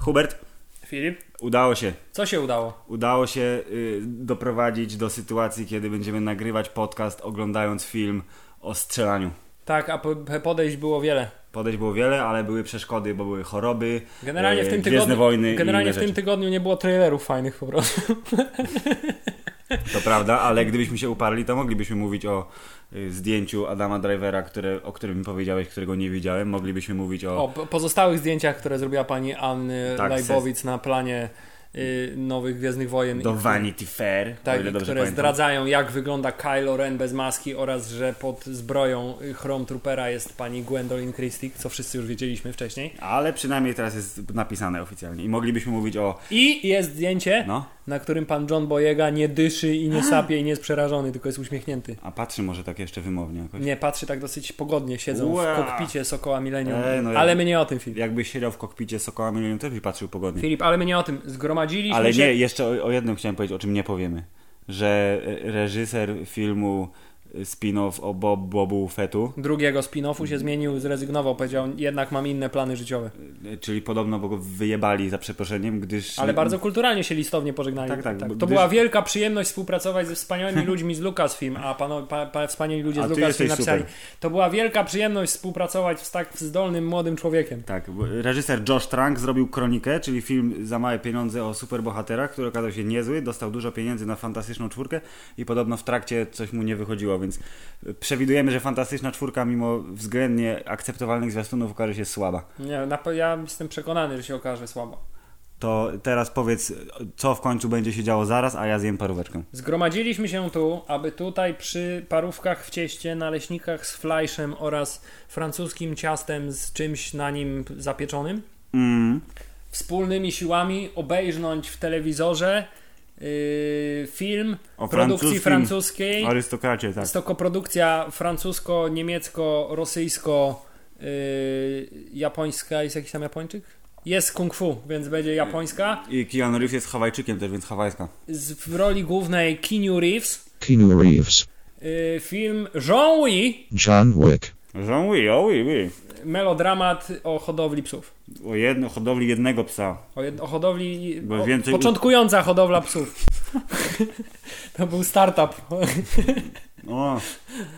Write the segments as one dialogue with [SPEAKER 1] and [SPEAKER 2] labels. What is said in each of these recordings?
[SPEAKER 1] Hubert,
[SPEAKER 2] Filip,
[SPEAKER 1] udało się.
[SPEAKER 2] co się udało?
[SPEAKER 1] Udało się y, doprowadzić do sytuacji, kiedy będziemy nagrywać podcast oglądając film o strzelaniu.
[SPEAKER 2] Tak, a po- podejść było wiele.
[SPEAKER 1] Podejść było wiele, ale były przeszkody, bo były choroby,
[SPEAKER 2] Generalnie
[SPEAKER 1] y,
[SPEAKER 2] w tym
[SPEAKER 1] Gwiezdne
[SPEAKER 2] tygodniu,
[SPEAKER 1] wojny i
[SPEAKER 2] generalnie w
[SPEAKER 1] inne
[SPEAKER 2] tym tygodniu nie było trailerów fajnych po prostu.
[SPEAKER 1] rzeczy. To prawda, ale gdybyśmy się uparli, to moglibyśmy mówić o y, zdjęciu Adama Drivera, które, o którym mi powiedziałeś, którego nie widziałem. Moglibyśmy mówić o...
[SPEAKER 2] O po- pozostałych zdjęciach, które zrobiła pani Anny
[SPEAKER 1] Tak,
[SPEAKER 2] Lajbowic na planie y, nowych Gwiezdnych Wojen.
[SPEAKER 1] do
[SPEAKER 2] i-
[SPEAKER 1] Vanity Fair, o
[SPEAKER 2] Tak,
[SPEAKER 1] ile
[SPEAKER 2] i
[SPEAKER 1] dobrze
[SPEAKER 2] które
[SPEAKER 1] pamiętam.
[SPEAKER 2] zdradzają, jak wygląda Kylo Ren bez maski oraz, że pod zbroją Chrome Troopera jest pani Gwendolyn Christie, co wszyscy już wiedzieliśmy wcześniej.
[SPEAKER 1] Ale przynajmniej teraz jest napisane oficjalnie i moglibyśmy mówić o...
[SPEAKER 2] I jest zdjęcie,
[SPEAKER 1] No,
[SPEAKER 2] na którym pan John Boyega nie dyszy i nie sapie i nie jest przerażony, tylko jest uśmiechnięty.
[SPEAKER 1] a patrzy może tak jeszcze wymownie jakoś.
[SPEAKER 2] Nie, patrzy tak dosyć pogodnie, siedzą
[SPEAKER 1] Ua.
[SPEAKER 2] w kokpicie Sokoła Millennium.
[SPEAKER 1] Ej, no ja-
[SPEAKER 2] ale my nie o tym, Filip.
[SPEAKER 1] Jakbyś siedział w kokpicie Sokoła Millennium też by patrzył pogodnie.
[SPEAKER 2] Filip, ale my nie o tym. Zgromadziliśmy
[SPEAKER 1] Ale
[SPEAKER 2] się...
[SPEAKER 1] nie, jeszcze o, o jednym chciałem powiedzieć, o czym nie powiemy. Że e, reżyser filmu e, spin-off o Bob Bobu Fetu,
[SPEAKER 2] Drugiego spin-offu się zmienił, zrezygnował, powiedział, jednak mam inne plany życiowe.
[SPEAKER 1] e, czyli podobno bo go wyjebali za przeproszeniem, gdyż...
[SPEAKER 2] Ale bardzo kulturalnie się listownie pożegnali.
[SPEAKER 1] Tak, tak, bo
[SPEAKER 2] To
[SPEAKER 1] gdyż-
[SPEAKER 2] była wielka przyjemność współpracować ze wspaniałymi ludźmi z Lucasfilm, a pano, pa, pa, wspaniali ludzie
[SPEAKER 1] A
[SPEAKER 2] z
[SPEAKER 1] ty
[SPEAKER 2] Lucasfilm
[SPEAKER 1] jesteś
[SPEAKER 2] napisali. To była wielka przyjemność współpracować z tak zdolnym młodym człowiekiem.
[SPEAKER 1] Tak, bo reżyser Josh Trank zrobił Kronikę, czyli film za małe pieniądze o superbohaterach, który okazał się niezły, dostał dużo pieniędzy na Fantastyczną Czwórkę i podobno w trakcie coś mu nie wychodziło, więc e, przewidujemy, że Fantastyczna Czwórka mimo względnie akceptowalnych zwiastunów okaże się słaba.
[SPEAKER 2] Nie, na, pe- ja jestem przekonany, że się okaże słabo.
[SPEAKER 1] To teraz powiedz, co w końcu będzie się działo zaraz, a ja zjem paróweczkę.
[SPEAKER 2] Zgromadziliśmy się tu, aby tutaj przy parówkach w cieście, naleśnikach z flajszem oraz francuskim ciastem z czymś na nim zapieczonym,
[SPEAKER 1] Mm.
[SPEAKER 2] wspólnymi siłami obejrznąć w telewizorze yy, film
[SPEAKER 1] O
[SPEAKER 2] produkcji
[SPEAKER 1] francuskim
[SPEAKER 2] francuskiej.
[SPEAKER 1] Arystokracie, tak.
[SPEAKER 2] Jest to koprodukcja francusko-niemiecko-rosyjsko-japońska. yy, jest jakiś tam Japończyk? Jest kung fu, więc będzie japońska.
[SPEAKER 1] I Keanu Reeves jest Hawajczykiem też, więc hawajska.
[SPEAKER 2] Z, w roli głównej Keanu Reeves.
[SPEAKER 3] Keanu Reeves,
[SPEAKER 2] Yy, film Jean-Louis,
[SPEAKER 3] John Wick,
[SPEAKER 1] Jean-Louis, o oui, oui.
[SPEAKER 2] melodramat o hodowli psów.
[SPEAKER 1] O jedno, hodowli jednego psa.
[SPEAKER 2] O, jed- o hodowli.
[SPEAKER 1] Bo
[SPEAKER 2] O,
[SPEAKER 1] więcej-
[SPEAKER 2] Początkująca hodowla psów. to był startup.
[SPEAKER 1] O,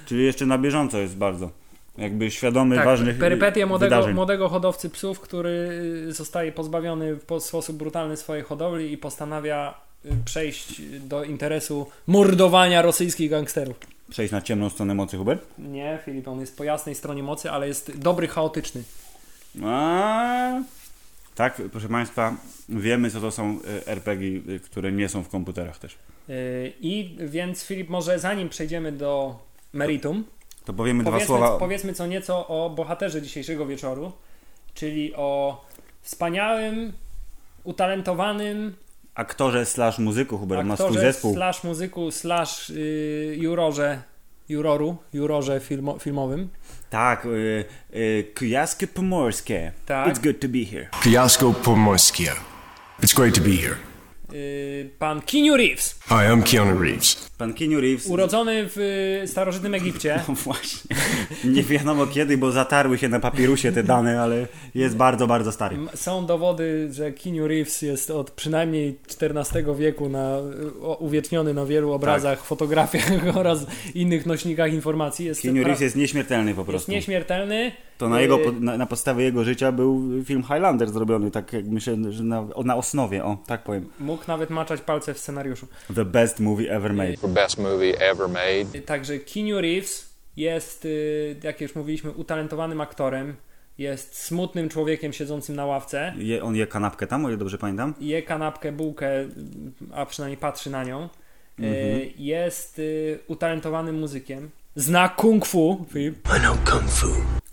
[SPEAKER 1] czyli jeszcze na bieżąco jest bardzo. Jakby świadomy
[SPEAKER 2] tak,
[SPEAKER 1] ważnych
[SPEAKER 2] perypetie
[SPEAKER 1] y,
[SPEAKER 2] młodego,
[SPEAKER 1] wydarzeń.
[SPEAKER 2] młodego hodowcy psów, który y, zostaje pozbawiony w po- sposób brutalny swojej hodowli i postanawia y, przejść do interesu mordowania rosyjskich gangsterów.
[SPEAKER 1] Przejść na ciemną stronę mocy, Hubert?
[SPEAKER 2] Nie, Filip, on jest po jasnej stronie mocy, ale jest dobry, chaotyczny.
[SPEAKER 1] A... Tak, proszę Państwa, wiemy co to są y, RPG, y, które nie są w komputerach też.
[SPEAKER 2] Yy, I więc, Filip, może zanim przejdziemy do meritum,
[SPEAKER 1] To powiemy dwa
[SPEAKER 2] Powiedzmy,
[SPEAKER 1] słowa.
[SPEAKER 2] powiedzmy co nieco o bohaterze dzisiejszego wieczoru, czyli o wspaniałym, utalentowanym
[SPEAKER 1] Aktorze slash muzyku, Hubert, ma swój
[SPEAKER 2] aktorze
[SPEAKER 1] zespół.
[SPEAKER 2] slash muzyku slash y, jurorze, juroru, jurorze filmo, filmowym.
[SPEAKER 1] Tak, y, y, Kujawskie Pomorskie.
[SPEAKER 2] Tak.
[SPEAKER 1] It's good to be here.
[SPEAKER 4] Fiasco Pomorskia. It's great to be here.
[SPEAKER 2] Y, pan Keanu Reeves,
[SPEAKER 4] Hi, I'm Keanu Reeves.
[SPEAKER 1] Pan Keanu Reeves...
[SPEAKER 2] urodzony w y, starożytnym Egipcie.
[SPEAKER 1] No właśnie. Nie wiadomo kiedy, bo zatarły się na papirusie te dane, ale jest bardzo, bardzo stary.
[SPEAKER 2] M- Są dowody, że Keanu Reeves jest od przynajmniej XIV wieku na, o- uwieczniony na wielu obrazach,
[SPEAKER 1] Tak.
[SPEAKER 2] fotografiach oraz innych nośnikach informacji. Jest
[SPEAKER 1] Keanu
[SPEAKER 2] pra-
[SPEAKER 1] Reeves jest nieśmiertelny po
[SPEAKER 2] jest
[SPEAKER 1] prostu.
[SPEAKER 2] nieśmiertelny.
[SPEAKER 1] To na, jego,
[SPEAKER 2] Y,
[SPEAKER 1] po- na, na podstawie jego życia był film Highlander zrobiony, tak jak myślę, że na, o- na osnowie, o, tak powiem.
[SPEAKER 2] Mógł nawet maczać palce w scenariuszu.
[SPEAKER 1] The best movie ever made.
[SPEAKER 5] the best movie ever made.
[SPEAKER 2] Także Keanu Reeves jest, y, jak już mówiliśmy, utalentowanym aktorem. Jest smutnym człowiekiem siedzącym na ławce.
[SPEAKER 1] Je, on je kanapkę tam, o ile dobrze pamiętam.
[SPEAKER 2] Je kanapkę, bułkę, a przynajmniej patrzy na nią. Y,
[SPEAKER 1] Mhm.
[SPEAKER 2] Jest y, utalentowanym muzykiem. Zna kung fu. Filip.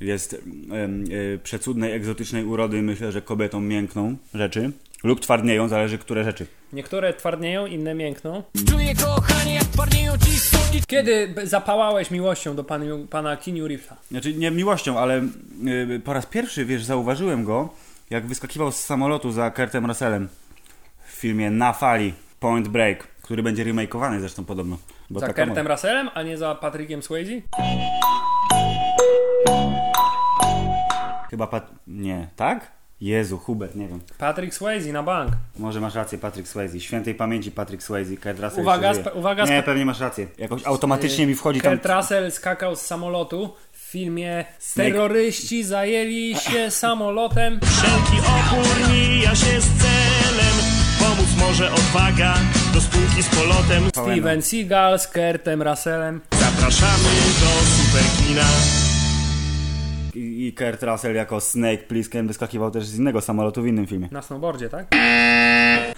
[SPEAKER 1] Jest em, y, przecudnej, egzotycznej urody, myślę, że kobietom miękną rzeczy. Lub twardnieją, zależy które rzeczy.
[SPEAKER 2] Niektóre twardnieją, inne miękną. Kiedy b- zapałałeś miłością do panu, pana Keanu Reevesa?
[SPEAKER 1] Znaczy nie miłością, ale y, po raz pierwszy, wiesz, zauważyłem go, jak wyskakiwał z samolotu za Kurtem Russellem w filmie Na fali, Point Break, który będzie remakeowany zresztą podobno. Bo
[SPEAKER 2] Za
[SPEAKER 1] taka
[SPEAKER 2] Kurtem Russellem, a nie za Patrykiem Swayze?
[SPEAKER 1] Chyba pat... Nie, tak? Jezu, Hubert, nie wiem.
[SPEAKER 2] Patrick Swayze na bank.
[SPEAKER 1] Może masz rację, Patrick Swayze. Świętej pamięci Patrick Swayze. Kurt Russell
[SPEAKER 2] Uwaga,
[SPEAKER 1] jeszcze żyje.
[SPEAKER 2] sp- uwaga,
[SPEAKER 1] Nie,
[SPEAKER 2] sp-
[SPEAKER 1] pewnie masz rację. Jakoś automatycznie mi wchodzi tam...
[SPEAKER 2] Kurt Russell skakał z samolotu w filmie Terroryści zajęli się samolotem.
[SPEAKER 3] Wszelki opór mija się z celem. Pomóc może odwaga do spółki z polotem.
[SPEAKER 2] Steven Seagal z Kurtem Russellem.
[SPEAKER 3] Zapraszamy do superkina.
[SPEAKER 1] I i Kurt Russell jako Snake Plissken wyskakiwał też z innego samolotu w innym filmie.
[SPEAKER 2] Na snowboardzie, tak?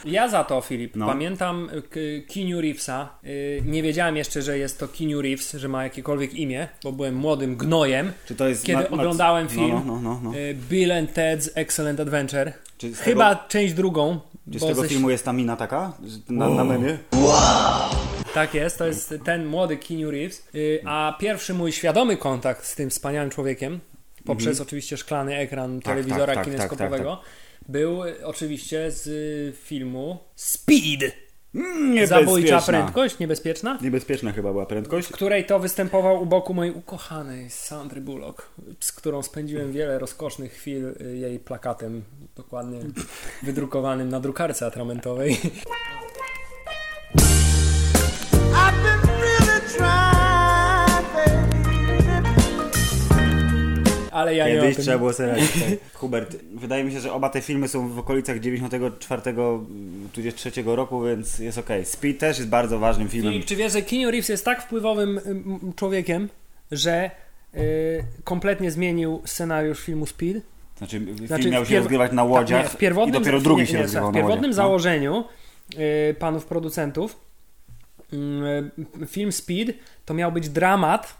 [SPEAKER 2] Ja za to, Filip,
[SPEAKER 1] No.
[SPEAKER 2] pamiętam k- Keanu Reevesa. Y, Nie wiedziałem jeszcze, że jest to Keanu Reeves, że ma jakiekolwiek imię, bo byłem młodym gnojem.
[SPEAKER 1] Czy to jest
[SPEAKER 2] Kiedy
[SPEAKER 1] Mac- Mac-
[SPEAKER 2] oglądałem
[SPEAKER 1] No,
[SPEAKER 2] film
[SPEAKER 1] no, no, no, no.
[SPEAKER 2] y, Bill and Ted's Excellent Adventure,
[SPEAKER 1] Czy z
[SPEAKER 2] chyba część drugą.
[SPEAKER 1] Czy z
[SPEAKER 2] bo
[SPEAKER 1] tego
[SPEAKER 2] ze-
[SPEAKER 1] filmu jest ta mina taka? Że Na, na memie?
[SPEAKER 2] Tak jest, to jest ten młody Keanu Reeves. Y, A pierwszy mój świadomy kontakt z tym wspaniałym człowiekiem, poprzez oczywiście szklany ekran telewizora
[SPEAKER 1] Mhm. tak, tak,
[SPEAKER 2] kineskopowego,
[SPEAKER 1] tak,
[SPEAKER 2] był y, oczywiście z y, filmu Speed.
[SPEAKER 1] Niebezpieczna.
[SPEAKER 2] Zabójcza prędkość, niebezpieczna,
[SPEAKER 1] Niebezpieczna chyba była prędkość.
[SPEAKER 2] w której to występował u boku mojej ukochanej Sandry Bullock, z którą spędziłem wiele rozkosznych chwil y, jej plakatem, dokładnie wydrukowanym na drukarce atramentowej.
[SPEAKER 6] I've been really trying, baby.
[SPEAKER 2] Ale ja nie o
[SPEAKER 1] Kiedyś
[SPEAKER 2] tym
[SPEAKER 1] trzeba było sobie radzić. tak. Hubert, wydaje mi się, że oba te filmy są w okolicach 94 tudzież 3 roku, więc jest okej. Speed też jest bardzo ważnym filmem.
[SPEAKER 2] Filip, No czy wiesz, że Keanu Reeves jest tak wpływowym ym, m, człowiekiem, że y, kompletnie zmienił scenariusz filmu Speed?
[SPEAKER 1] Znaczy,
[SPEAKER 2] Znaczy,
[SPEAKER 1] film miał
[SPEAKER 2] w
[SPEAKER 1] się
[SPEAKER 2] pierw-
[SPEAKER 1] rozgrywać na
[SPEAKER 2] nie,
[SPEAKER 1] łodziach
[SPEAKER 2] w pierwotnym,
[SPEAKER 1] i dopiero
[SPEAKER 2] nie,
[SPEAKER 1] drugi
[SPEAKER 2] nie,
[SPEAKER 1] się
[SPEAKER 2] nie,
[SPEAKER 1] rozgrywał
[SPEAKER 2] W
[SPEAKER 1] na łodziach.
[SPEAKER 2] pierwotnym
[SPEAKER 1] No.
[SPEAKER 2] założeniu y, panów producentów y, film Speed to miał być dramat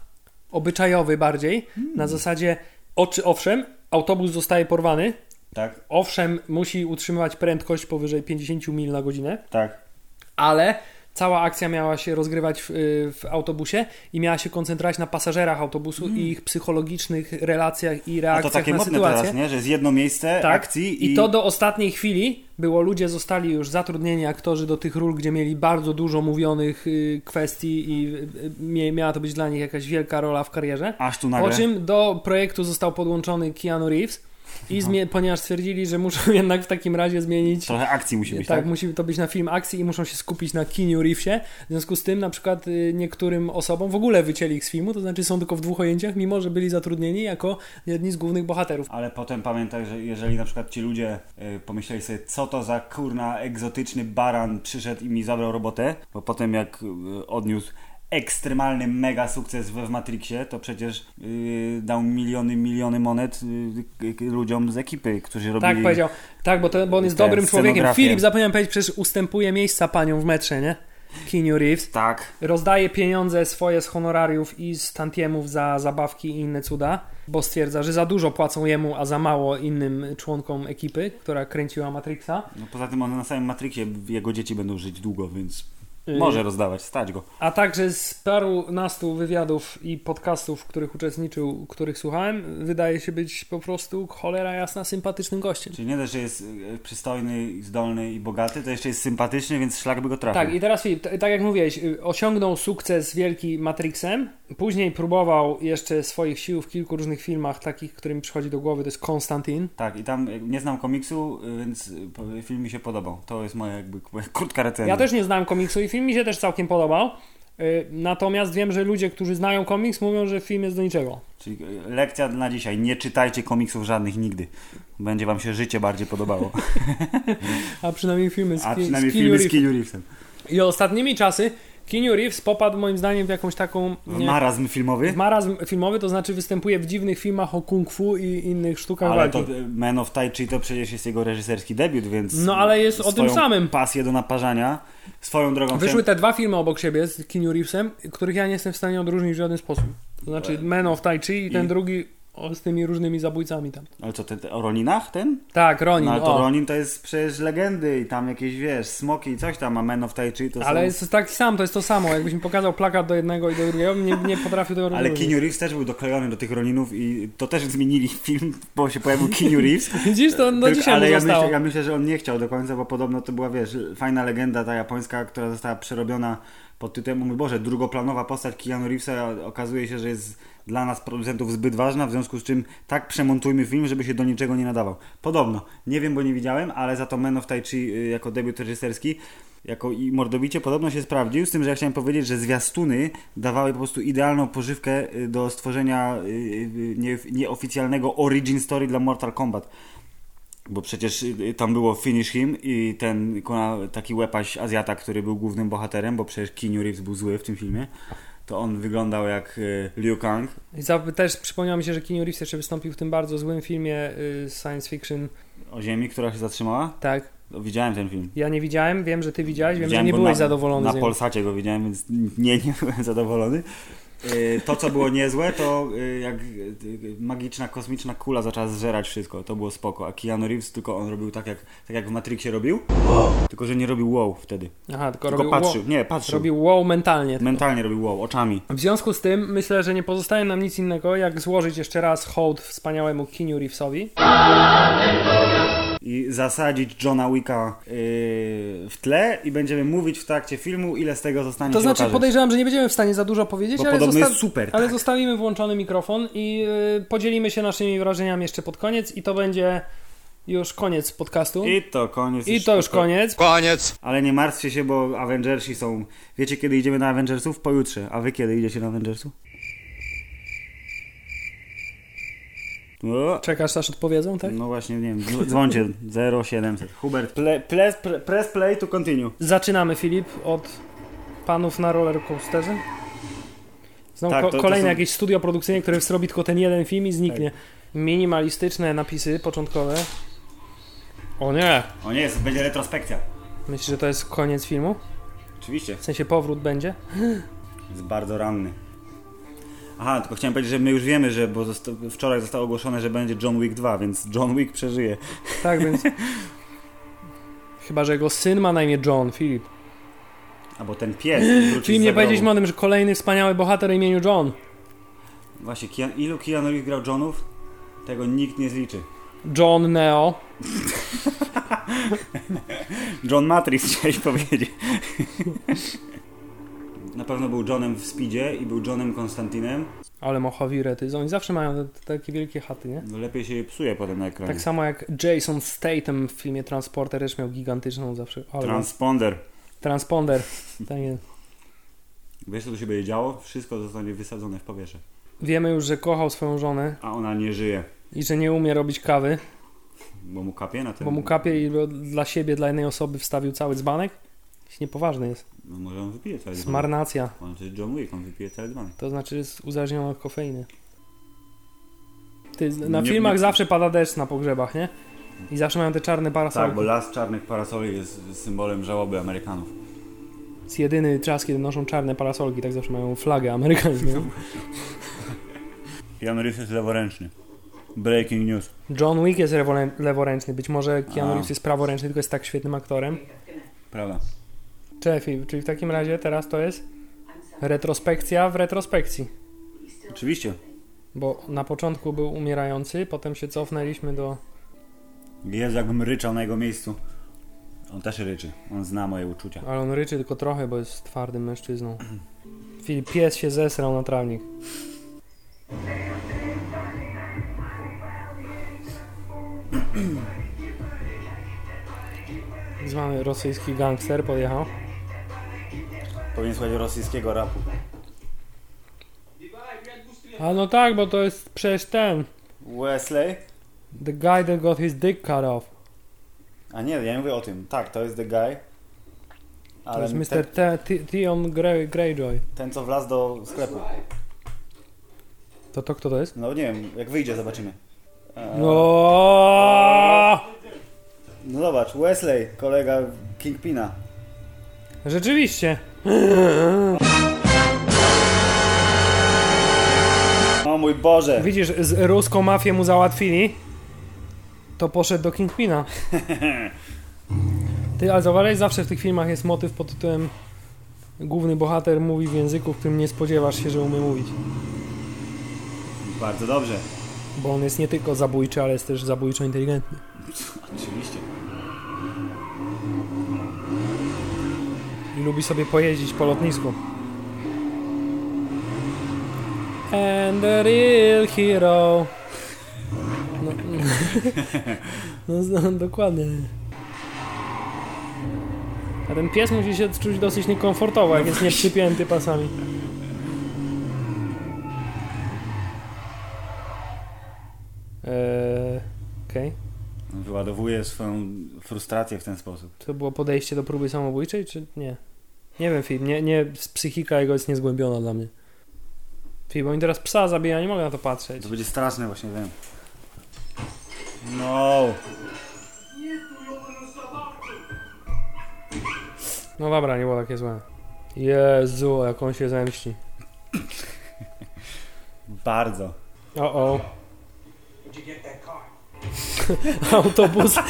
[SPEAKER 2] obyczajowy bardziej,
[SPEAKER 1] Hmm.
[SPEAKER 2] na zasadzie oczy owszem, autobus zostaje porwany,
[SPEAKER 1] Tak,
[SPEAKER 2] owszem, musi utrzymywać prędkość powyżej 50 mil na godzinę,
[SPEAKER 1] tak.
[SPEAKER 2] ale cała akcja miała się rozgrywać w, y, w autobusie i miała się koncentrować na pasażerach autobusu i ich psychologicznych relacjach i
[SPEAKER 1] Mm. A to
[SPEAKER 2] reakcjach
[SPEAKER 1] takie
[SPEAKER 2] na
[SPEAKER 1] modne
[SPEAKER 2] sytuację.
[SPEAKER 1] teraz, nie? Że jest jedno miejsce
[SPEAKER 2] Tak.
[SPEAKER 1] akcji i...
[SPEAKER 2] I to do ostatniej chwili było, ludzie zostali już zatrudnieni aktorzy do tych ról, gdzie mieli bardzo dużo mówionych y, kwestii i y, y, mie- miała to być dla nich jakaś wielka rola w karierze.
[SPEAKER 1] Aż tu
[SPEAKER 2] Po
[SPEAKER 1] nagle.
[SPEAKER 2] czym do projektu został podłączony Keanu Reeves i
[SPEAKER 1] No.
[SPEAKER 2] zmie- ponieważ stwierdzili, że muszą jednak w takim razie zmienić
[SPEAKER 1] Trochę akcji musi być,
[SPEAKER 2] tak,
[SPEAKER 1] tak?
[SPEAKER 2] musi to być na film akcji i muszą się skupić na Keanu Reevesie. W związku z tym na przykład y, niektórym osobom w ogóle wycięli ich z filmu, to znaczy są tylko w dwóch ujęciach, mimo że byli zatrudnieni jako jedni z głównych bohaterów.
[SPEAKER 1] Ale potem pamiętaj, że jeżeli na przykład ci ludzie y, pomyśleli sobie, co to za kurna egzotyczny baran przyszedł i mi zabrał robotę, bo potem jak y, odniósł ekstremalny mega sukces we w Matrixie, to przecież y, dał miliony, miliony monet y, k- ludziom z ekipy, którzy robili...
[SPEAKER 2] Tak powiedział, tak, bo, to, bo on jest
[SPEAKER 1] Te
[SPEAKER 2] dobrym człowiekiem.
[SPEAKER 1] scenografie.
[SPEAKER 2] Filip, zapomniałem powiedzieć, przecież ustępuje miejsca panią w metrze, nie? Keanu Reeves.
[SPEAKER 1] Tak.
[SPEAKER 2] Rozdaje pieniądze swoje z honorariów i z tantiemów za zabawki i inne cuda, bo stwierdza, że za dużo płacą jemu, a za mało innym członkom ekipy, która kręciła Matrixa.
[SPEAKER 1] No poza tym on na samym Matrixie, jego dzieci będą żyć długo, więc
[SPEAKER 2] Y,
[SPEAKER 1] może rozdawać, stać go.
[SPEAKER 2] A także z paru nastu wywiadów i podcastów, w których uczestniczył, których słuchałem, wydaje się być po prostu cholera jasna sympatycznym gościem.
[SPEAKER 1] Czyli nie dość, że jest y, przystojny, zdolny i bogaty, to jeszcze jest sympatyczny, więc szlak by go trafił.
[SPEAKER 2] Tak, i teraz Filip, t- tak jak mówiłeś, y, osiągnął sukces wielki Matrixem, później próbował jeszcze swoich sił w kilku różnych filmach, takich, którym przychodzi do głowy, to jest Konstantin.
[SPEAKER 1] Tak, i tam y, nie znam komiksu, y, więc y, po- film mi się podobał. To jest moja jakby k- krótka recenzja.
[SPEAKER 2] Ja też nie znałem komiksu i film mi się też całkiem podobał, y, natomiast wiem, że ludzie, którzy znają komiks, mówią, że film jest do niczego.
[SPEAKER 1] Czyli y, lekcja na dzisiaj. Nie czytajcie komiksów żadnych nigdy. Będzie wam się życie bardziej podobało.
[SPEAKER 2] A przynajmniej filmy z,
[SPEAKER 1] A
[SPEAKER 2] Ki-
[SPEAKER 1] przynajmniej
[SPEAKER 2] z Keanu
[SPEAKER 1] filmy z
[SPEAKER 2] Reevesem.
[SPEAKER 1] Keanu Reevesem.
[SPEAKER 2] I ostatnimi czasy Keanu Reeves popadł moim zdaniem w jakąś taką...
[SPEAKER 1] W
[SPEAKER 2] nie,
[SPEAKER 1] Marazm filmowy?
[SPEAKER 2] Marazm filmowy, to znaczy występuje w dziwnych filmach o kung fu i innych sztukach
[SPEAKER 1] Ale
[SPEAKER 2] walki.
[SPEAKER 1] to y, Man of Tai Chi to przecież jest jego reżyserski debiut, więc...
[SPEAKER 2] No, ale jest o tym
[SPEAKER 1] swoją
[SPEAKER 2] samym.
[SPEAKER 1] pasję do naparzania. Swoją drogą...
[SPEAKER 2] Wyszły
[SPEAKER 1] chciałem-
[SPEAKER 2] te dwa filmy obok siebie z Keanu Reevesem, których ja nie jestem w stanie odróżnić w żaden sposób. To znaczy Man of Tai Chi i ten
[SPEAKER 1] I-
[SPEAKER 2] drugi o, z tymi różnymi zabójcami tam.
[SPEAKER 1] Ale co, te, te, o Roninach ten?
[SPEAKER 2] Tak, Ronin,
[SPEAKER 1] No ale to
[SPEAKER 2] o.
[SPEAKER 1] Ronin to jest przecież legendy i tam jakieś, wiesz, smoki i coś tam, a Man of Tai Chi to
[SPEAKER 2] Ale
[SPEAKER 1] są...
[SPEAKER 2] jest taki sam, to jest to samo. Jakbyś mi pokazał plakat do jednego i do drugiego, bym nie, nie potrafił tego
[SPEAKER 1] Ale
[SPEAKER 2] odróżnić.
[SPEAKER 1] Keanu Reeves też był doklejony do tych Roninów i to też zmienili film, bo się pojawił Keanu Reeves.
[SPEAKER 2] Widzisz, to do
[SPEAKER 1] Tylko-
[SPEAKER 2] dzisiaj
[SPEAKER 1] Tak, ale
[SPEAKER 2] mu
[SPEAKER 1] ja
[SPEAKER 2] zostało.
[SPEAKER 1] myślę, ja myślę, że on nie chciał do końca, bo podobno to była, wiesz, fajna legenda ta japońska, która została przerobiona pod tytułem, mój Boże, drugoplanowa postać Keanu Reevesa okazuje się, że jest dla nas producentów zbyt ważna, w związku z czym tak przemontujmy film, żeby się do niczego nie nadawał. Podobno, nie wiem, bo nie widziałem, ale za to Men of Tai Chi y, jako debiut reżyserski jako i mordobicie podobno się sprawdził, z tym, że ja chciałem powiedzieć, że zwiastuny dawały po prostu idealną pożywkę y, do stworzenia y, y, nie, nieoficjalnego origin story dla Mortal Kombat. Bo przecież y, tam było Finish Him i ten kona- taki łepaś Azjata, który był głównym bohaterem, bo przecież Keanu Reeves był zły w tym filmie, to on wyglądał jak y, Liu Kang.
[SPEAKER 2] I za- Też przypomniało mi się, że Keanu Reeves jeszcze wystąpił w tym bardzo złym filmie y, science fiction.
[SPEAKER 1] O ziemi, która się zatrzymała? No,
[SPEAKER 2] Tak,
[SPEAKER 1] Widziałem ten film.
[SPEAKER 2] ja nie widziałem, wiem, że ty widziałeś, wiem,
[SPEAKER 1] Widziałem
[SPEAKER 2] że nie
[SPEAKER 1] go
[SPEAKER 2] byłeś
[SPEAKER 1] na,
[SPEAKER 2] zadowolony z
[SPEAKER 1] Na
[SPEAKER 2] niego.
[SPEAKER 1] Polsacie go widziałem, więc nie, nie byłem zadowolony. Y, To, co było niezłe, to y, jak y, y, magiczna, kosmiczna kula zaczęła zżerać wszystko. To było spoko. A Keanu Reeves tylko on robił tak, jak, tak jak w Matrixie robił. Tylko, że nie robił wow wtedy.
[SPEAKER 2] Aha, tylko,
[SPEAKER 1] Tylko
[SPEAKER 2] robił
[SPEAKER 1] patrzył.
[SPEAKER 2] wow,
[SPEAKER 1] Nie, patrzył.
[SPEAKER 2] robił wow mentalnie.
[SPEAKER 1] Mentalnie robił wow, oczami.
[SPEAKER 2] W związku z tym myślę, że nie pozostaje nam nic innego, jak złożyć jeszcze raz hołd wspaniałemu Keanu Reevesowi.
[SPEAKER 1] i zasadzić Johna Wicka yy, w tle i będziemy mówić w trakcie filmu, ile z tego zostanie
[SPEAKER 2] To
[SPEAKER 1] się
[SPEAKER 2] znaczy,
[SPEAKER 1] okaże.
[SPEAKER 2] podejrzewam, że nie będziemy w stanie za dużo powiedzieć,
[SPEAKER 1] Bo
[SPEAKER 2] ale,
[SPEAKER 1] podobno
[SPEAKER 2] zosta-
[SPEAKER 1] jest super,
[SPEAKER 2] ale
[SPEAKER 1] tak.
[SPEAKER 2] zostawimy włączony mikrofon i y, podzielimy się naszymi wrażeniami jeszcze pod koniec i to będzie już koniec podcastu. I,
[SPEAKER 1] I to koniec.
[SPEAKER 2] to już koniec.
[SPEAKER 1] Ale nie martwcie się, bo Avengersi są... Wiecie, kiedy idziemy na Avengersów? Pojutrze. A wy kiedy idziecie na Avengersów? O,
[SPEAKER 2] Czekasz aż odpowiedzą, tak?
[SPEAKER 1] no właśnie, nie wiem. dzw- Dzwoncie 0700. Hubert, ple, ples- pre, press play to continue.
[SPEAKER 2] Zaczynamy, Filip, od panów na rollercoasterze. Znowu
[SPEAKER 1] Tak,
[SPEAKER 2] ko-
[SPEAKER 1] to- to
[SPEAKER 2] kolejne
[SPEAKER 1] są- Tak.
[SPEAKER 2] jakieś studio produkcyjne, które zrobi tylko ten jeden film i zniknie. Minimalistyczne napisy początkowe. O nie!
[SPEAKER 1] O nie, jest, będzie retrospekcja.
[SPEAKER 2] Myślisz, że to jest koniec filmu?
[SPEAKER 1] Oczywiście.
[SPEAKER 2] W sensie powrót będzie?
[SPEAKER 1] Jest bardzo ranny. Aha, tylko chciałem powiedzieć, że my już wiemy, że bo zosta- wczoraj zostało ogłoszone, że będzie John Wick 2, więc John Wick przeżyje.
[SPEAKER 2] Tak, więc... Chyba, że jego syn ma na imię John, Filip.
[SPEAKER 1] Albo ten pies. wróci
[SPEAKER 2] Czyli
[SPEAKER 1] z
[SPEAKER 2] nie
[SPEAKER 1] zagrobu.
[SPEAKER 2] powiedzieliśmy o tym, że kolejny wspaniały bohater o imieniu John.
[SPEAKER 1] Właśnie, Kian, ilu Keanu Reeves grał Johnów? Tego nikt nie zliczy.
[SPEAKER 2] John Neo.
[SPEAKER 1] John Matrix chciałeś powiedzieć. Na pewno był Johnem w Speedzie i był Johnem Konstantinem.
[SPEAKER 2] Ale Mojawirę, ty, oni zawsze mają te, takie wielkie chaty, nie?
[SPEAKER 1] No lepiej się je psuje potem na ekranie.
[SPEAKER 2] Tak samo jak Jason Statham w filmie Transporter też miał gigantyczną zawsze. Ale
[SPEAKER 1] Transponder.
[SPEAKER 2] transponder. Tak Ten jeden.
[SPEAKER 1] Wiesz co tu się będzie działo? Wszystko zostanie wysadzone w powietrze.
[SPEAKER 2] Wiemy już, że kochał swoją żonę
[SPEAKER 1] A ona nie żyje,
[SPEAKER 2] i że nie umie robić kawy,
[SPEAKER 1] bo mu kapie na ten...
[SPEAKER 2] bo mu kapie i bo dla siebie, dla jednej osoby wstawił cały dzbanek. Jakiś Niepoważny jest.
[SPEAKER 1] No może on wypije cały dzbanek.
[SPEAKER 2] Smarnacja.
[SPEAKER 1] On to jest John Wick, on wypije cały dzbanek.
[SPEAKER 2] To znaczy że jest uzależniony od kofeiny. Ty, na
[SPEAKER 1] Nie-
[SPEAKER 2] filmach
[SPEAKER 1] nie-
[SPEAKER 2] zawsze pada deszcz na pogrzebach, nie? I zawsze mają te czarne parasolki.
[SPEAKER 1] Tak, bo las czarnych parasoli jest symbolem żałoby Amerykanów.
[SPEAKER 2] Jest jedyny czas, kiedy noszą czarne parasolki, tak zawsze mają flagę amerykańską.
[SPEAKER 1] Keanu Reeves jest leworęczny. Breaking news.
[SPEAKER 2] John Wick jest rewolę- leworęczny, być może Keanu
[SPEAKER 1] A.
[SPEAKER 2] Reeves jest praworęczny, tylko jest tak świetnym aktorem.
[SPEAKER 1] Prawda.
[SPEAKER 2] Cześć, Filip, czyli w takim razie teraz to jest retrospekcja w retrospekcji.
[SPEAKER 1] Oczywiście.
[SPEAKER 2] Bo na początku był umierający, potem się cofnęliśmy do...
[SPEAKER 1] Jest jakbym ryczał na jego miejscu. On też ryczy. On zna moje uczucia.
[SPEAKER 2] Ale on ryczy tylko trochę, bo jest twardym mężczyzną. Filip, pies się zesrał na trawnik. Zwany rosyjski gangster podjechał.
[SPEAKER 1] Powinien słuchać rosyjskiego rapu.
[SPEAKER 2] A no tak, bo to jest przecież ten.
[SPEAKER 1] Wesley?
[SPEAKER 2] The guy that got his dick cut off.
[SPEAKER 1] A nie, ja nie mówię o tym. Tak, to jest the guy.
[SPEAKER 2] To
[SPEAKER 1] Ale
[SPEAKER 2] jest
[SPEAKER 1] ten,
[SPEAKER 2] Mr. Te- Ti- Theon Grey- Greyjoy.
[SPEAKER 1] ten, co wlazł do sklepu.
[SPEAKER 2] To to kto to jest?
[SPEAKER 1] No nie wiem, jak wyjdzie zobaczymy.
[SPEAKER 2] No!
[SPEAKER 1] No zobacz, Wesley, kolega Kingpina.
[SPEAKER 2] Rzeczywiście.
[SPEAKER 1] O mój Boże!
[SPEAKER 2] Widzisz, z ruską mafię mu załatwili. To poszedł do Kingpina. Ty, ale zauważyłeś, zawsze w tych filmach jest motyw pod tytułem Główny bohater mówi w języku, w którym nie spodziewasz się, że umie mówić.
[SPEAKER 1] Bardzo dobrze.
[SPEAKER 2] Bo on jest nie tylko zabójczy, ale jest też zabójczo inteligentny.
[SPEAKER 1] Oczywiście.
[SPEAKER 2] I lubi sobie pojeździć po lotnisku. And the real hero. No, no, no, dokładnie. A ten pies musi się czuć dosyć niekomfortowo, jak jest nieprzypięty pasami. Eee, Okej.
[SPEAKER 1] Wyładowuje swoją frustrację w ten sposób.
[SPEAKER 2] To było podejście do próby samobójczej, czy nie? Nie wiem, Filip, nie, nie, psychika jego jest niezgłębiona dla mnie. Filip, bo mi teraz psa zabija, nie mogę na to patrzeć.
[SPEAKER 1] To będzie straszne właśnie, wiem. No.
[SPEAKER 2] No dobra, nie było takie złe. Jezu, jak on się zemści.
[SPEAKER 1] Bardzo.
[SPEAKER 2] O o. Autobus.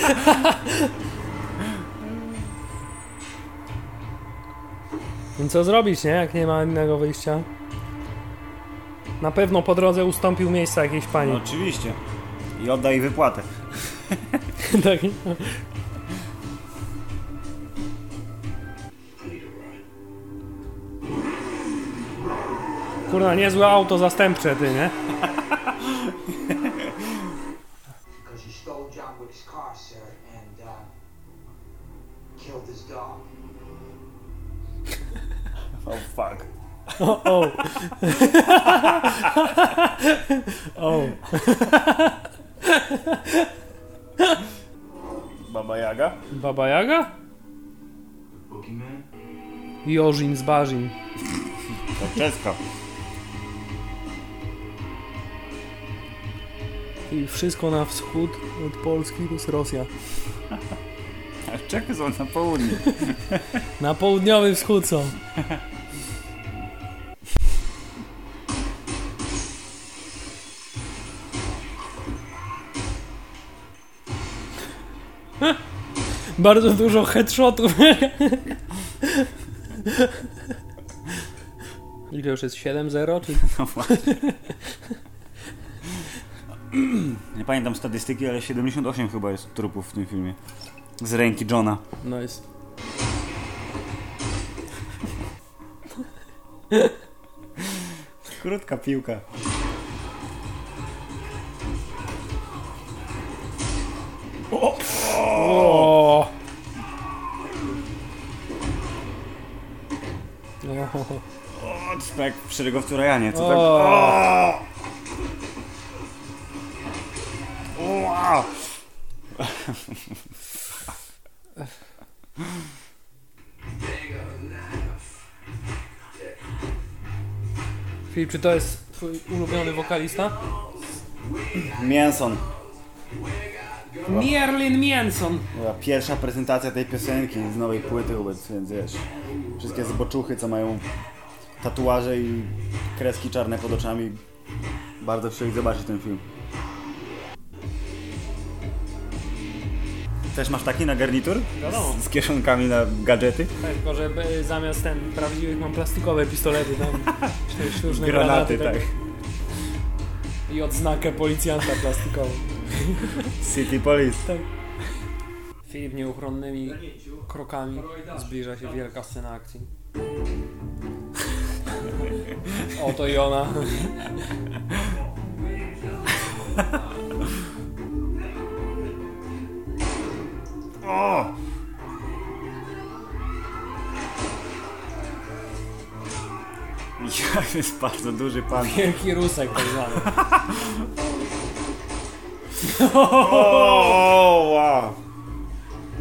[SPEAKER 2] I co zrobić, nie? Jak nie ma innego wyjścia. Na pewno po drodze ustąpił miejsca jakiejś pani.
[SPEAKER 1] No, oczywiście. I odda jej wypłatę.
[SPEAKER 2] tak. Kurna, niezłe auto zastępcze, ty, nie?
[SPEAKER 7] Because you stole John Wick's car, sir, and uh, killed his dog.
[SPEAKER 1] Oh fuck.
[SPEAKER 2] O! o!
[SPEAKER 1] Baba Jaga?
[SPEAKER 2] Baba Jaga? Jorzin z Barzin.
[SPEAKER 1] To czeska.
[SPEAKER 2] I wszystko na wschód od Polski to jest Rosja.
[SPEAKER 1] A Czechy są na południu.
[SPEAKER 2] Na południowy wschód są. Bardzo dużo headshotów. Ile już jest? 7-0? Czy...
[SPEAKER 1] No właśnie. Nie pamiętam statystyki, ale 78 chyba jest trupów w tym filmie. Z ręki Johna.
[SPEAKER 2] No jest.
[SPEAKER 1] Krótka piłka.
[SPEAKER 2] O! O,
[SPEAKER 1] O, to tak w szeregowcu Rajanie, co tak...
[SPEAKER 2] O.
[SPEAKER 1] O! Ua!
[SPEAKER 2] Filip, czy to jest twój ulubiony wokalista?
[SPEAKER 1] Mięson.
[SPEAKER 2] Merlin Mienson.
[SPEAKER 1] Była Pierwsza prezentacja tej piosenki z nowej płyty wobec, więc wiesz, wszystkie zboczuchy, co mają tatuaże i kreski czarne pod oczami. Bardzo chcieli zobaczyć ten film. Też masz taki na garnitur?
[SPEAKER 2] Wiadomo.
[SPEAKER 1] Z, z kieszonkami na gadżety?
[SPEAKER 2] Tak, Tylko, że e, zamiast ten prawdziwych mam plastikowe pistolety tam. Cztery sztuczne
[SPEAKER 1] Granaty,
[SPEAKER 2] granaty,
[SPEAKER 1] tak.
[SPEAKER 2] I odznakę policjanta plastikową.
[SPEAKER 1] City Police.
[SPEAKER 2] Filip nieuchronnymi krokami zbliża się wielka scena akcji. Oto i ona.
[SPEAKER 1] O! Ja, jest bardzo duży pan.
[SPEAKER 2] Wielki rusek tak zwany.
[SPEAKER 1] O, wow.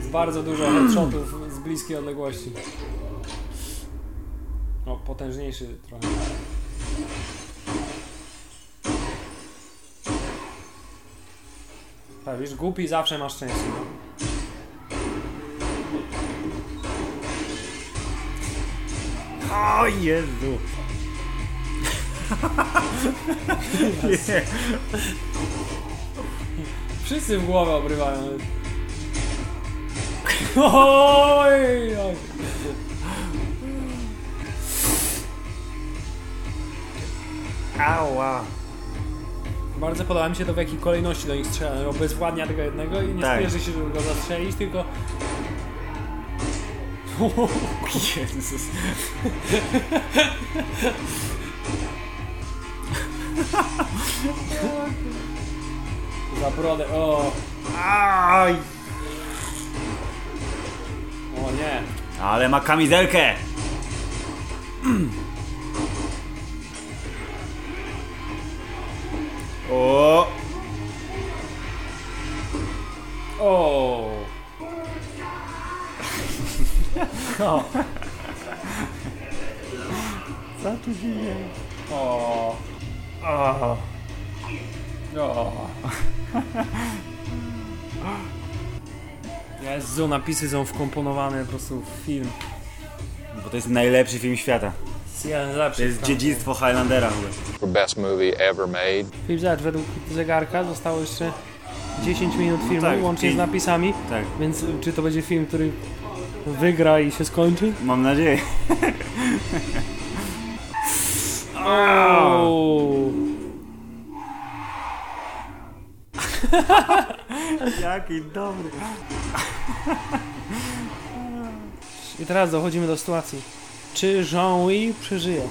[SPEAKER 2] Z bardzo dużo headshotów z bliskiej odległości. No, potężniejszy trochę. Tak, wiesz, głupi zawsze masz szczęście.
[SPEAKER 1] O Jezu! Nie.
[SPEAKER 2] Wszyscy w głowę obrywają. Oj, oj.
[SPEAKER 1] Ała!
[SPEAKER 2] Bardzo podoba mi się to, w jakiej kolejności do nich strzelają. Obezwładnia tego jednego i nie
[SPEAKER 1] Tak.
[SPEAKER 2] spieszy się, żeby go zastrzelić, tylko...
[SPEAKER 1] Jezus!
[SPEAKER 2] Za brodę, o!
[SPEAKER 1] Aj!
[SPEAKER 2] O nie!
[SPEAKER 1] Ale ma kamizelkę! O!
[SPEAKER 2] O!
[SPEAKER 1] No. Co tu się dzieje?
[SPEAKER 2] O!
[SPEAKER 1] O!
[SPEAKER 2] O! Jezu, napisy są wkomponowane po prostu w film.
[SPEAKER 1] Bo to jest najlepszy film świata. To
[SPEAKER 2] Zawsze
[SPEAKER 1] jest dziedzictwo Highlandera. mówię.
[SPEAKER 5] for best movie ever made.
[SPEAKER 2] Film Zobacz, według zegarka zostało jeszcze 10 minut filmu,
[SPEAKER 1] tak,
[SPEAKER 2] łącznie
[SPEAKER 1] i-
[SPEAKER 2] z napisami.
[SPEAKER 1] Tak,
[SPEAKER 2] Więc y, czy to będzie film, który wygra i się skończy?
[SPEAKER 1] mam nadzieję.
[SPEAKER 2] O!
[SPEAKER 1] Jaki dobry.
[SPEAKER 2] I teraz dochodzimy do sytuacji. Czy Jean-Louis przeżyje?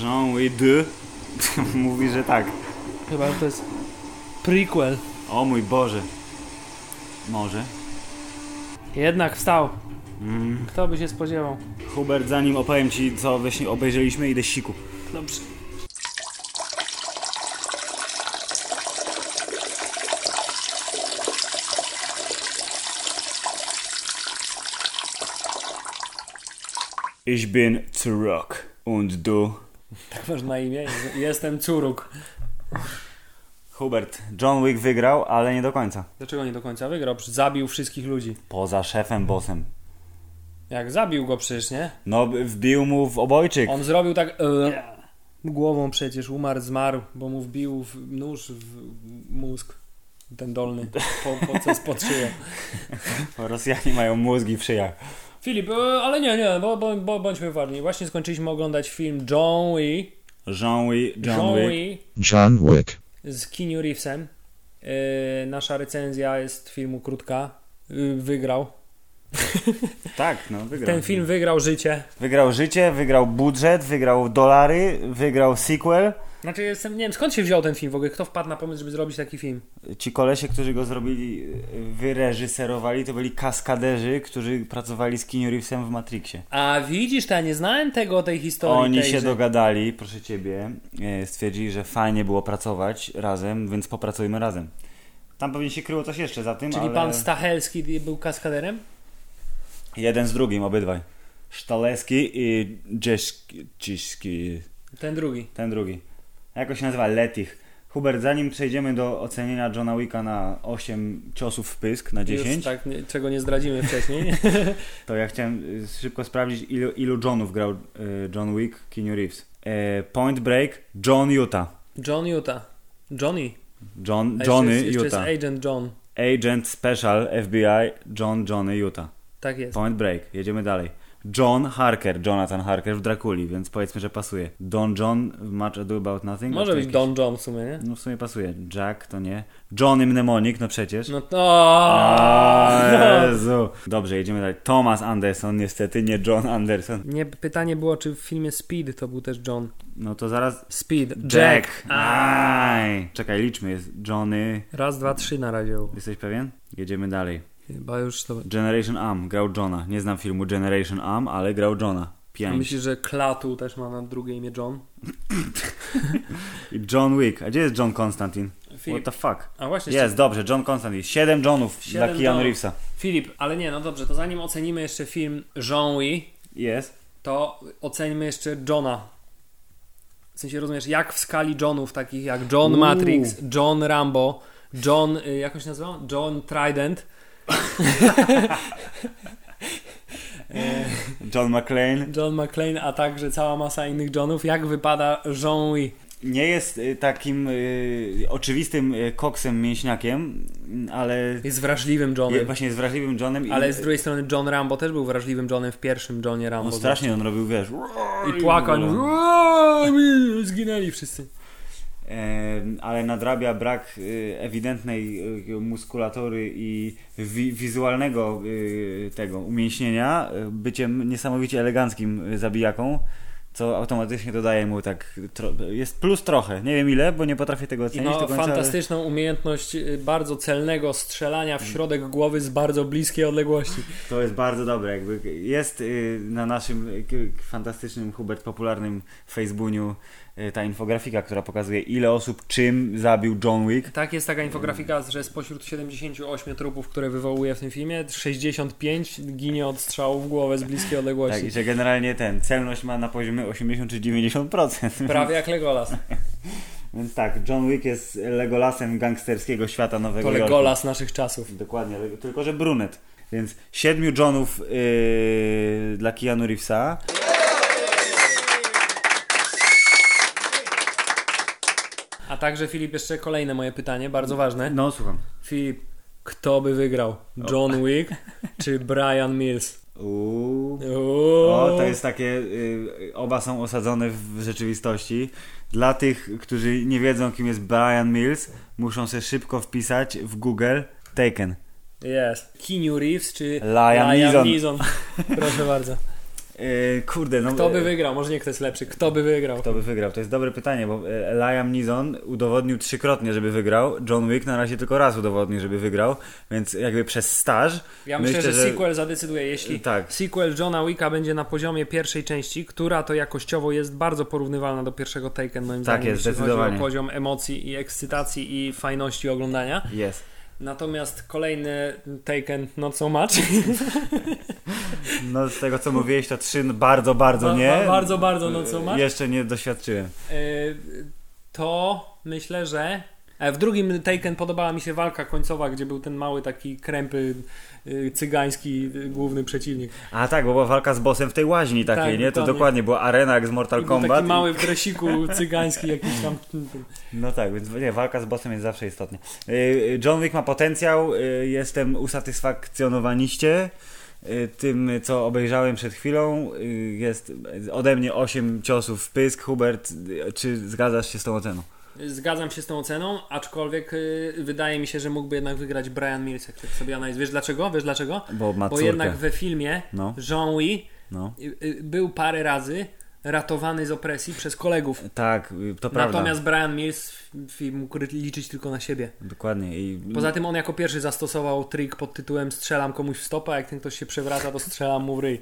[SPEAKER 1] Jean-Louis II mówi, że tak.
[SPEAKER 2] Chyba że to jest prequel.
[SPEAKER 1] O mój Boże. Może.
[SPEAKER 2] Jednak wstał. Kto by się spodziewał?
[SPEAKER 1] Hubert, zanim opowiem ci, co właśnie obejrzeliśmy, idę siku.
[SPEAKER 2] Dobrze.
[SPEAKER 1] Ich bin zurück. Und du?
[SPEAKER 2] Tak masz na imię? Jestem Curuk.
[SPEAKER 1] Hubert, John Wick wygrał, ale nie do końca.
[SPEAKER 2] Dlaczego nie do końca wygrał? Przecież Zabił wszystkich ludzi.
[SPEAKER 1] Poza szefem, bossem.
[SPEAKER 2] Jak zabił go przecież, nie?
[SPEAKER 1] No, wbił mu w obojczyk.
[SPEAKER 2] On zrobił tak... e, Głową przecież umarł, zmarł, bo mu wbił w nóż w mózg. Ten dolny, po, po co spod szyją.
[SPEAKER 1] Rosjanie mają mózgi w szyjach.
[SPEAKER 2] Filip, e, ale nie, nie, bo, bo, bo bądźmy ważni. Właśnie skończyliśmy oglądać film John Wick.
[SPEAKER 1] Jean-Louis, John,
[SPEAKER 2] John
[SPEAKER 1] Wick.
[SPEAKER 2] Wick
[SPEAKER 8] John Wick.
[SPEAKER 2] z Keanu Reevesem. Yy, nasza recenzja jest filmu krótka. Yy, wygrał.
[SPEAKER 1] Tak, no, wygrał.
[SPEAKER 2] Ten film wygrał życie.
[SPEAKER 1] Wygrał życie, wygrał budżet, wygrał dolary, wygrał sequel.
[SPEAKER 2] Znaczy jestem, nie wiem skąd się wziął ten film w ogóle, kto wpadł na pomysł, żeby zrobić taki film.
[SPEAKER 1] Ci kolesie, którzy go zrobili, y, wyreżyserowali, to byli kaskaderzy, którzy pracowali z Keanu Reevesem w Matrixie.
[SPEAKER 2] A widzisz, to ja nie znałem tego, tej historii.
[SPEAKER 1] Oni
[SPEAKER 2] tej,
[SPEAKER 1] się
[SPEAKER 2] że-
[SPEAKER 1] dogadali, proszę ciebie, e, stwierdzili, że fajnie było pracować razem, więc popracujmy razem. Tam pewnie się kryło coś jeszcze za tym,
[SPEAKER 2] Czyli
[SPEAKER 1] ale
[SPEAKER 2] pan Stachelski był kaskaderem?
[SPEAKER 1] jeden z drugim, obydwaj. Sztaleski i Dzieszki, Ciski,
[SPEAKER 2] Ten drugi.
[SPEAKER 1] ten drugi. Jako się nazywa Letich. Hubert, zanim przejdziemy do ocenienia Johna Wicka na 8 ciosów w pysk, na 10,
[SPEAKER 2] Już tak, nie, czego nie zdradzimy wcześniej.
[SPEAKER 1] to ja chciałem y, szybko sprawdzić, ilu, ilu Johnów grał y, John Wick, Keanu Reeves. E, Point Break, John Utah.
[SPEAKER 2] John Utah. Johnny.
[SPEAKER 1] John,
[SPEAKER 2] A
[SPEAKER 1] Johnny
[SPEAKER 2] jeszcze jest, jeszcze
[SPEAKER 1] Utah.
[SPEAKER 2] jest Agent John.
[SPEAKER 1] Agent Special FBI John Johnny Utah.
[SPEAKER 2] Tak jest.
[SPEAKER 1] Point Break, jedziemy dalej. John Harker, Jonathan Harker w Drakuli, więc powiedzmy, że pasuje. Don John w Much Ado About Nothing.
[SPEAKER 2] Może
[SPEAKER 1] to
[SPEAKER 2] być
[SPEAKER 1] jakiś-
[SPEAKER 2] Don John w sumie, nie?
[SPEAKER 1] No w sumie pasuje. Jack to nie. Johnny Mnemonic, no przecież.
[SPEAKER 2] No to... No,
[SPEAKER 1] A, Jezu. Dobrze, jedziemy dalej. Thomas Anderson, niestety nie John Anderson.
[SPEAKER 2] Nie, pytanie było, czy w filmie Speed to był też John.
[SPEAKER 1] No to zaraz...
[SPEAKER 2] Speed. Jack.
[SPEAKER 1] Jack! Aj. Czekaj, liczmy. Jest Johnny...
[SPEAKER 2] Raz, dwa, trzy na razie.
[SPEAKER 1] Jesteś pewien? Jedziemy dalej.
[SPEAKER 2] Chyba już to...
[SPEAKER 1] Generation Am, grał Johna. Nie znam filmu Generation Am, ale grał Johna.
[SPEAKER 2] A
[SPEAKER 1] Pięć.
[SPEAKER 2] myślisz, że Klatu też ma na drugie imię John?
[SPEAKER 1] I John Wick. A gdzie jest John Constantine?
[SPEAKER 2] Filip.
[SPEAKER 1] What the fuck?
[SPEAKER 2] A właśnie,
[SPEAKER 1] Jest, dobrze, John Constantine. Siedem Johnów
[SPEAKER 2] Siedem
[SPEAKER 1] dla
[SPEAKER 2] Johnów.
[SPEAKER 1] Keanu Reevesa.
[SPEAKER 2] Filip, ale nie, no dobrze, to zanim ocenimy jeszcze film Jean-Louis,
[SPEAKER 1] Jest.
[SPEAKER 2] to ocenimy jeszcze Johna. W sensie rozumiesz, jak w skali Johnów, takich jak John
[SPEAKER 1] Uuu.
[SPEAKER 2] Matrix, John Rambo, John, y, jak on się nazywał? John Trident,
[SPEAKER 1] John McClane.
[SPEAKER 2] John McClane, a także cała masa innych Johnów. Jak wypada Jean-Louis?
[SPEAKER 1] Nie jest y, takim y, oczywistym y, koksem mięśniakiem, mm, ale
[SPEAKER 2] Jest wrażliwym
[SPEAKER 1] je,
[SPEAKER 2] Johnem.
[SPEAKER 1] właśnie jest wrażliwym Johnem.
[SPEAKER 2] Ale
[SPEAKER 1] i,
[SPEAKER 2] z drugiej strony John Rambo też był wrażliwym Johnem w pierwszym Johnie Rambo.
[SPEAKER 1] no, strasznie on robił, wiesz.
[SPEAKER 2] I płakał. "Aaaa, Zginęli wszyscy.
[SPEAKER 1] Em, E, ale nadrabia brak y, ewidentnej y, muskulatury i wi- wizualnego y, tego umięśnienia y, byciem niesamowicie eleganckim y, zabijaką co automatycznie dodaje mu tak, tro, jest plus trochę, nie wiem ile, bo nie potrafię tego ocenić do
[SPEAKER 2] No,
[SPEAKER 1] końca, ale-
[SPEAKER 2] fantastyczną umiejętność y, bardzo celnego strzelania w środek głowy z bardzo bliskiej odległości.
[SPEAKER 1] To jest bardzo dobre. Jakby jest y, na naszym y, k- fantastycznym, Hubert, popularnym Facebooku y, ta infografika, która pokazuje ile osób czym zabił John Wick.
[SPEAKER 2] Tak, jest taka infografika, że spośród 78 trupów, które wywołuje w tym filmie, 65 ginie od strzału w głowę z bliskiej
[SPEAKER 1] Tak, i
[SPEAKER 2] odległości.
[SPEAKER 1] że generalnie ten celność ma na poziomie 80 czy 90%.
[SPEAKER 2] Prawie jak Legolas.
[SPEAKER 1] Więc tak, John Wick jest Legolasem gangsterskiego świata Nowego
[SPEAKER 2] To
[SPEAKER 1] Jorku.
[SPEAKER 2] Legolas naszych czasów.
[SPEAKER 1] Dokładnie, Lego- tylko że brunet. Więc siedmiu Johnów y, dla Keanu Reevesa.
[SPEAKER 2] A także Filip, jeszcze kolejne moje pytanie, bardzo ważne.
[SPEAKER 1] No, słucham.
[SPEAKER 2] Filip, kto by wygrał? John Wick czy Brian Mills?
[SPEAKER 1] Uuu.
[SPEAKER 2] Uuu.
[SPEAKER 1] O, to jest takie, y, oba są osadzone w rzeczywistości. Dla tych, którzy nie wiedzą, kim jest Brian Mills, muszą się szybko wpisać w Google Taken.
[SPEAKER 2] Jest. Keanu Reeves czy
[SPEAKER 1] Liam Neeson.
[SPEAKER 2] Proszę bardzo.
[SPEAKER 1] Y, kurde, no...
[SPEAKER 2] Kto by
[SPEAKER 1] y,
[SPEAKER 2] wygrał? Może nie kto jest lepszy. Kto by wygrał?
[SPEAKER 1] Kto by wygrał? To jest dobre pytanie, bo e, Liam Neeson udowodnił trzykrotnie, żeby wygrał. John Wick na razie tylko raz udowodnił, żeby wygrał, więc jakby przez staż.
[SPEAKER 2] Ja myślę, że, sequel zadecyduje. Jeśli
[SPEAKER 1] Tak.
[SPEAKER 2] sequel Johna Wicka będzie na poziomie pierwszej części, która to jakościowo jest bardzo porównywalna do pierwszego Taken, moim zdaniem,
[SPEAKER 1] Tak jest,
[SPEAKER 2] jeśli chodzi
[SPEAKER 1] zdecydowanie.
[SPEAKER 2] o poziom emocji i ekscytacji i fajności oglądania.
[SPEAKER 1] Jest.
[SPEAKER 2] Natomiast kolejny Taken, no so much.
[SPEAKER 1] No z tego co mówiłeś, to trzy bardzo, bardzo
[SPEAKER 2] Ba-
[SPEAKER 1] No nie.
[SPEAKER 2] ba- bardzo, bardzo, no co masz?
[SPEAKER 1] Jeszcze nie doświadczyłem.
[SPEAKER 2] Y, to myślę, że. E, W drugim Taken podobała mi się walka końcowa, gdzie był ten mały taki krępy y, cygański y, główny przeciwnik.
[SPEAKER 1] A tak, bo była walka z bossem w tej łaźni takiej,
[SPEAKER 2] Tak,
[SPEAKER 1] nie? To
[SPEAKER 2] dokładnie.
[SPEAKER 1] dokładnie była arena jak z Mortal
[SPEAKER 2] I był
[SPEAKER 1] Kombat.
[SPEAKER 2] taki mały w dresiku cygański jakiś tam.
[SPEAKER 1] No tak, więc nie, walka z bossem jest zawsze istotna. Yy, John Wick ma potencjał, yy, jestem usatysfakcjonowaniście yy, tym, co obejrzałem przed chwilą. Yy, Jest ode mnie 8 ciosów w pysk. Hubert, yy, czy zgadzasz się z tą oceną?
[SPEAKER 2] Zgadzam się z tą oceną, aczkolwiek y, wydaje mi się, że mógłby jednak wygrać Brian Mills, jak tak sobie analiz. Wiesz dlaczego? Wiesz dlaczego?
[SPEAKER 1] Bo ma
[SPEAKER 2] Bo
[SPEAKER 1] córkę.
[SPEAKER 2] jednak we filmie
[SPEAKER 1] No.
[SPEAKER 2] Jean-Louis
[SPEAKER 1] No.
[SPEAKER 2] e, był parę razy ratowany z opresji przez kolegów.
[SPEAKER 1] Tak, yy, to prawda.
[SPEAKER 2] Natomiast Brian Mills f- mógł liczyć tylko na siebie.
[SPEAKER 1] Dokładnie. I...
[SPEAKER 2] Poza tym on jako pierwszy zastosował trik pod tytułem strzelam komuś w stopę, a jak ten ktoś się przewraca, to strzelam mu w ryj.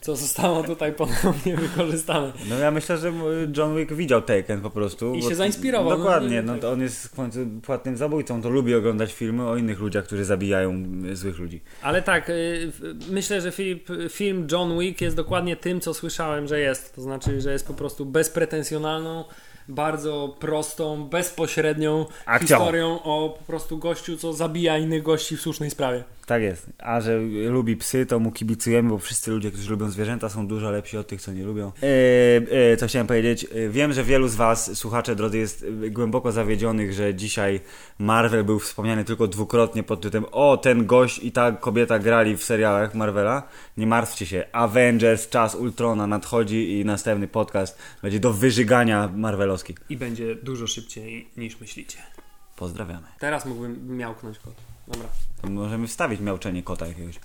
[SPEAKER 2] Co zostało tutaj ponownie wykorzystane.
[SPEAKER 1] No ja myślę, że yy, John Wick widział Taken po prostu.
[SPEAKER 2] I
[SPEAKER 1] bo-
[SPEAKER 2] się zainspirował.
[SPEAKER 1] Dokładnie,
[SPEAKER 2] No,
[SPEAKER 1] no to on jest w końcu płatnym zabójcą, to lubi oglądać filmy o innych ludziach, którzy zabijają yy, złych ludzi.
[SPEAKER 2] Ale tak, y, f- myślę, że Filip, film John Wick jest dokładnie tym, co słyszałem, że jest. To znaczy, że jest po prostu bezpretensjonalną, bardzo prostą, bezpośrednią
[SPEAKER 1] Akcją.
[SPEAKER 2] historią o po prostu gościu, co zabija innych gości w słusznej sprawie.
[SPEAKER 1] Tak jest. A że lubi psy, to mu kibicujemy, bo wszyscy ludzie, którzy lubią zwierzęta, są dużo lepsi od tych, co nie lubią. E, e, co chciałem powiedzieć? E, Wiem, że wielu z Was, słuchacze drodzy, jest e, głęboko zawiedzionych, że dzisiaj Marvel był wspomniany tylko dwukrotnie pod tytułem O, ten gość i ta kobieta grali w serialach Marvela. Nie martwcie się. Avengers, czas Ultrona nadchodzi i następny podcast będzie do wyżygania Marvelowski.
[SPEAKER 2] I będzie dużo szybciej niż myślicie.
[SPEAKER 1] Pozdrawiamy.
[SPEAKER 2] Teraz mógłbym miałknąć kot. Dobra.
[SPEAKER 1] Możemy wstawić miauczenie kota jakiegoś.